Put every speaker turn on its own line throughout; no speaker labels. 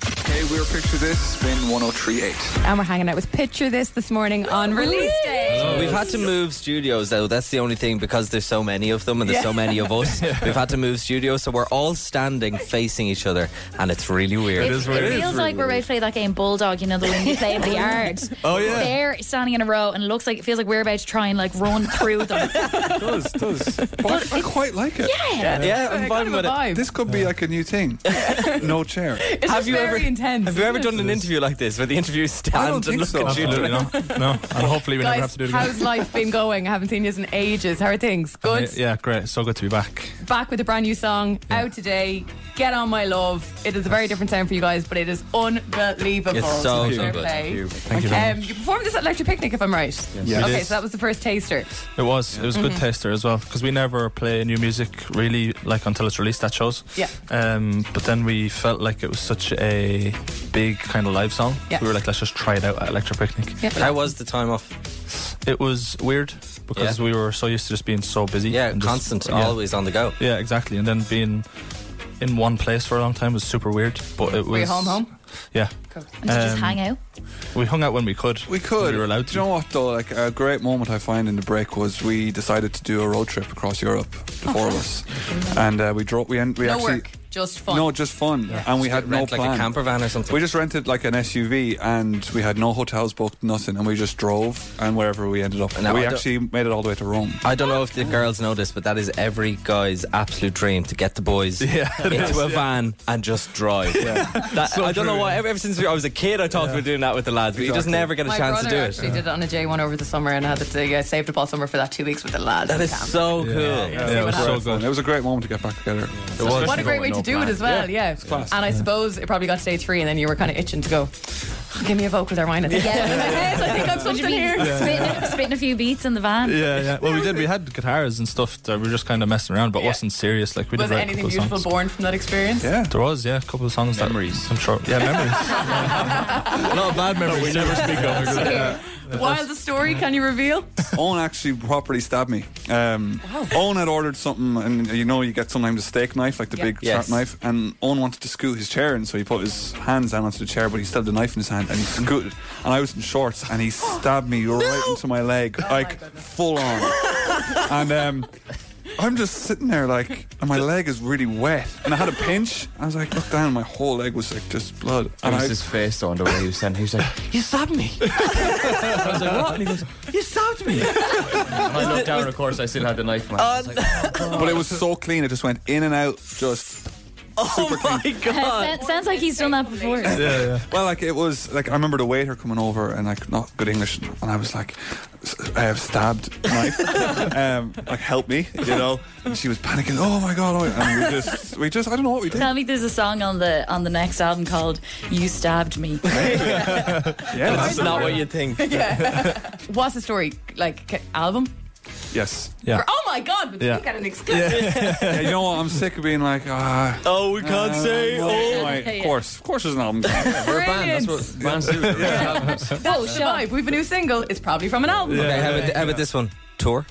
Hey, we're Picture This, Spin 1038.
And we're hanging out with Picture This this morning on release day.
We've had to move studios though. That's the only thing because there's so many of them and there's so many of us. We've had to move studios, so we're all standing facing each other, and it's really weird.
It, it feels like we're about to play that game Bulldog, you know, the one you play in the yard.
Oh, yeah.
They're standing in a row and it looks like it feels like we're about to try and like run through them.
does, does. I, I quite like it.
yeah.
Yeah, I'm
Kind
fine
of
with
a
it.
vibe.
This could be like a new thing. no chair.
It's
Have
just
you
very
ever-
intense.
Have you ever
isn't it?
done an interview like this where the interview
I don't
stands and
think
look
so.
at you?
Absolutely not. No, and hopefully we never have
Guys,
to do it again.
how's life been going? I haven't seen you in ages. How are things?
Yeah,
Good.
yeah, great. So good to be back.
Back with a brand new song out today. Get on my love. It is a very different sound for you guys, but it is unbelievable.
It's so,
Fair
so good.
play.
Thank you.
Thank you very
Um,
much.
you performed this at Electric Picnic, if I'm right.
Yes.
Okay,
It is.
so that was the first taster.
It was. It was
Mm-hmm.
a good tester as well because we never play new music really like until it's released at shows.
Yeah.
Um, but then we felt like it was such a big kind of live song.
Yeah.
We were like, let's just try it out at Electro Picnic.
How was the time off?
It was weird because
Yeah.
we were so used to just being so busy.
Yeah,
and just-
constant,
yeah.
always on the go.
Yeah, exactly. And then being in one place for a long time was super weird. But it was.
Were you home, home?
Yeah.
And to just
Um,
hang out.
We hung out when we could.
We could.
We were allowed to.
Do you know what though? Like a great moment I find in the break was we decided to do a road trip across Europe, the four of us, and uh, we drove. We end. We
no
actually
work, just fun.
no, just fun, and we had no
Rent,
plan.
like a camper van or something.
We just rented like an SUV and we had no hotels booked, nothing, and we just drove and wherever we ended up.
Now,
we
I don't-
actually made it all the way to Rome.
I don't know if the girls know this, but that is every guy's absolute dream to get the boys into a van and just drive. That- I don't know why. Ever, ever since we, I was a kid, I talked about doing that with the lads, but you just
Exactly.
never get a
My
chance
brother
to do it.
actually did it on a J1 over the summer and had it. to- yeah, saved up all summer for that two weeks with the lads.
That
in
is
camp.
so cool.
Yeah, it was
Fun.
so good.
It was a great moment to get back together.
It was.
What a great way to do it as well, yeah.
class.
And I suppose it probably got to day three, and then you were kind of itching to go. "Oh, give me a vocal there, mine. I think,
Yeah.
In my head, I think I'm something here.
Spitting, spitting a few beats in the van.
Yeah, yeah. Well, we did. We had guitars and stuff that we were just kind of messing around, but
Yeah.
wasn't serious. Like we
Was
did write a
anything
couple
beautiful
songs.
born from that experience?
Yeah.
There was, yeah, a couple of songs. Memories. I'm sure. Yeah, memories. Not bad memories. we never speak of
While the story, can you reveal?
Owen actually properly stabbed me. Um, Owen had ordered something, and you know, you get sometimes a steak knife, like the
Yeah.
big
Yes.
sharp knife. And Owen wanted to scoot his chair in, so he put his hands down onto the chair, but he still had the knife in his hand, and he scooted. and I was in shorts, and he stabbed me right into my leg, like full on. and um, I'm just sitting there, like, and my leg is really wet, and I had a pinch. I was like, look down, and my whole leg was like just blood. And I,
face on the way he was saying, he was like,
You stabbed me. I was like, what? And he goes, You stabbed me.
and I looked down, and of course, I still had the knife, man.
Uh,
I was like,
but it was so clean, it just went in and out, just.
Oh my God.
Sa- sounds like he's done that before.
Well, like it was like I remember the waiter coming over and like not good English, and I was like, s- I have stabbed knife, um, like help me, you know. And she was panicking. Oh my god! Oh, my-" and we just, we just, I don't know what we did.
Tell me there's a song on the on the next album called You Stabbed Me.
Yeah.
That's not what you think.
What's the story? Like ca- album?
Yes.
Yeah.
Oh my God! But
Yeah.
You got an exclusive.
Yeah, you know what? I'm sick of being like, ah.
Oh, we can't
uh,
say. Oh.
my- Of course, of course, there's an album.
we're a band, that's what bands do. We're albums.
Oh, the vibe. We've a new single. It's probably from an album.
Okay, how about, how about this one? Tour.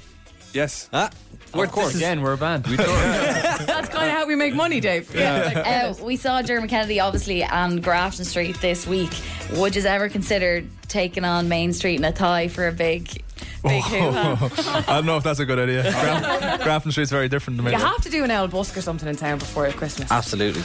yes.
Ah, we're-
Of course,
this is-
again, we're a band. We don't.
That's kind of how we make money, Dave. Yeah. like,
Uh, we saw Dermot Kennedy obviously on Grafton Street this week. Would you ever consider taking on Main Street in a tie for a big, big hoo-ha?
I don't know if that's a good idea. Graf- Grafton Street's very different to me.
you have to do an El Busk or something in town before Christmas.
Absolutely.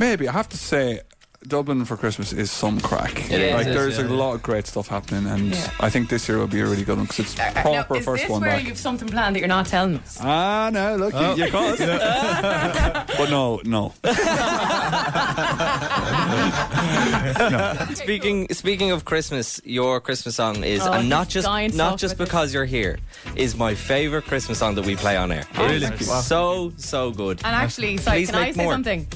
Maybe I have to say. Dublin for Christmas is some crack.
is.
like
It is,
there's
yeah,
a lot of great stuff happening, and
Yeah.
I think this year will be a really good one because it's
Uh, now,
proper
is
first
this
one
where
back.
you've something planned that you're not telling us?
Ah, no, look, you, you caught us. but no, no.
Speaking speaking of Christmas, your Christmas song is,
Oh,
and not
he's
just
dying to
not
talk
just
about this.
because you're here, is my favorite Christmas song that we play on air.
Really?
It's so so good.
And actually, sorry,
Please
can I
make
say
more.
something?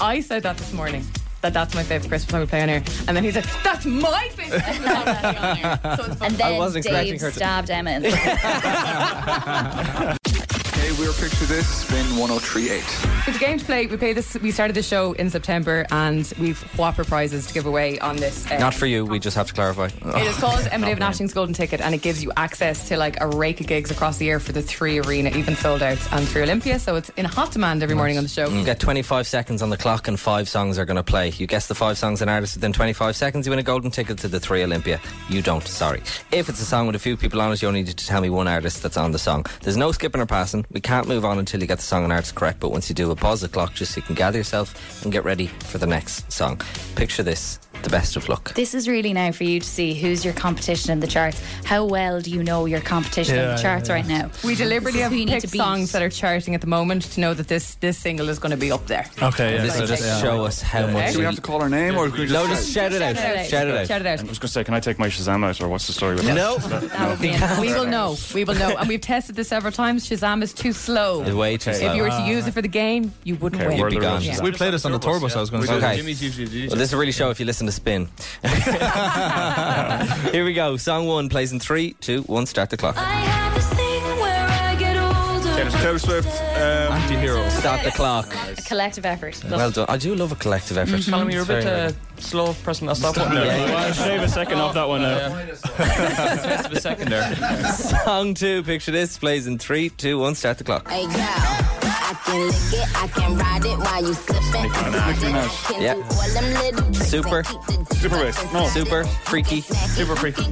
I said that this morning. That that's my favourite Christmas song we play on air. And then he said, That's my favourite Christmas song we play on air. So it's fun.
And then
wasn't expecting
Dave
her to-
stabbed Emma. in the-
Hey, we're Picture This, Spin 1038.
It's a game to play. We play this. We started the show in September, and we've whopper prizes to give away on this. um,
Not for you, we just have to clarify.
It is called Emma David Ashing's Golden Ticket, and it gives you access to like a rake of gigs across the year for the three arena, even sold out, and through Olympia. So it's in hot demand every morning on the show.
You get 25 seconds on the clock and five songs are going to play. You guess the five songs and artists within 25 seconds, you win a golden ticket to the three Olympia. You don't, sorry. If it's a song with a few people on it, you only need to tell me one artist that's on the song. There's no skipping or passing. We can't move on until you get the song and artist correct, but once you do, we'll pause the clock just so you can gather yourself and get ready for the next song. Picture this the best of luck.
This is really now for you to see who's your competition in the charts. How well do you know your competition in the charts right now?
Mm.
We deliberately
This is
have
who you need
picked
to beat.
songs that are charting at the moment to know that this this single is going to be up there.
Okay, yeah.
This will
so
just
yeah.
show us how much.
Do we have to call her name or can we
no,
just
just shout it out. Shout it out.
Shout it out.
I was going to say, can I take my Shazam out, or what's the story with
No.
That would be enough.
We will know. We will know. And we've tested this several times. Shazam is too slow.
It's way too
If
slow.
you were to use it for the game, you wouldn't
Okay,
win.
we're
be
the
gone.
real
Yeah.
Shazam.
We played this on the tour bus, I was going to say.
Okay.
Jimmy's usually the DJ.
Well, this will really show if you listen to Spin. Here we go. Song one plays in three, two, one. Start the clock.
Taylor Swift, um,
Anti-heroes.
Start the clock.
Collective effort.
Well done. I do love a collective effort.
Callum, you're a bit uh, slow pressing that stop button.
Yeah.
there.
Well, shave a second off that one. Uh,
Just a second there.
Song two. Picture this. Plays in three, two, one. Start the clock.
Hey, girl. I can lick it, I can ride it while you slipping.
Yeah. Super.
Super.
Super bass. No.
Super freaky.
super freaky.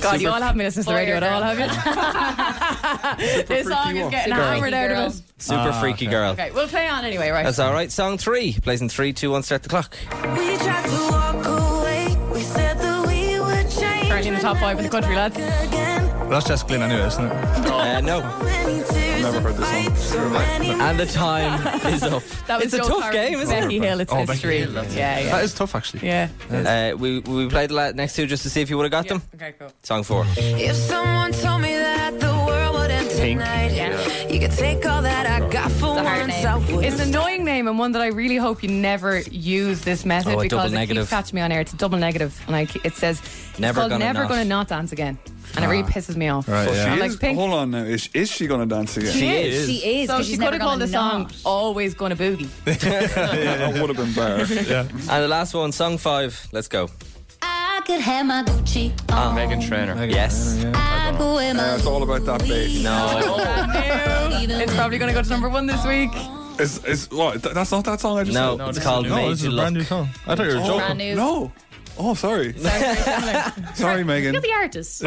God, you all haven't been listening to the
Boy
radio
or
at all, have you? this song is getting
Super
hammered out of
girl.
us.
Super freaky girl.
Okay, we'll play on anyway, right?
That's all right. Song three. Plays in three, two, one. Start the clock.
We tried to walk away. We said that we would change.
Currently in the top five in the country, lads.
Again,
That's Jess Glynn anyway, isn't it?
Uh, no.
many tears
Oh. Never heard this song.
and fights, so many
And the time is up.
That was
it's a
Joe Curran.
tough game, isn't
Becky
it? Oh,
Hill, it's history. yeah, yeah.
That is tough, actually.
yeah.
Uh, we we played the la- next two just to see if you would have got them.
Okay, cool.
Song four.
If someone told me that the world would end tonight, you could take all that I got for
a hard
once.
name.
I would.
It's an annoying name and one that I really hope you never use this method
Oh, a double
because it
negative.
keeps catching me on air. It's a double negative, and I, ke- it says it's
Never
called
gonna
never
not. Ah.
gonna not dance again, and it really pisses me off.
Right,
So
yeah.
she
Like
is-
Pink.
Hold on now. Is, is she going to dance again?
She is.
She is.
So
'cause
she
she's
could
never
have called
gonna
the song
not.
"Always Gonna Boogie."
that would have been better.
And the last one, song five. Let's go.
I could have my Gucci
Oh,
on.
Megan Trainer.
Yes.
I could wear my
Uh, it's all about that bass.
No.
it's probably gonna go to number one this week.
Is, is, what, th- that's not that song I just
No,
said?
it's
this
called
is
No,
Made
this is
You
a
Look.
brand new song. I thought you were joking.
Brand new.
No. Oh, sorry. sorry, Megan.
The artist.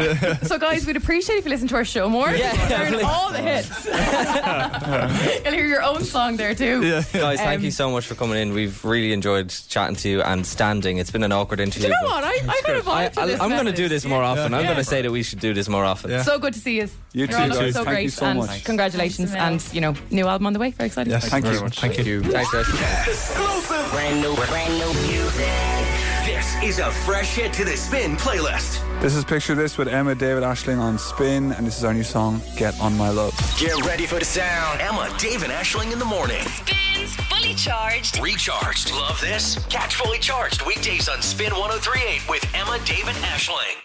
So, guys, we'd appreciate if you listen to our show more.
Yeah,
You'll learn
please.
all the hits. You'll hear your own song there too.
Guys, thank
Um,
you so much for coming in. We've really enjoyed chatting to you and standing. It's been an awkward interview.
You know
but
what? I, I got a
I,
vibe to this.
am going to
method.
do this more often. I'm
Yeah.
going to say that we should do this more often.
Yeah.
So good to see you.
You
You're all
too,
looking
guys.
so
Thank
great.
you so
and
much.
congratulations,
Thanks,
and you know, new album on the way. Very excited.
Yes.
Thank you.
Thank you.
Thanks, guys.
Brand new, brand new music. This is a fresh hit to the spin playlist.
This is Picture This with Emma David Ashling on Spin, and this is our new song, Get On My Love.
Get ready for the sound. Emma, Dave, and Ashling in the morning.
Spins Fully Charged.
oh Recharged. Love this? Catch fully charged weekdays on Spin 1038 with Emma, Dave, and Ashling.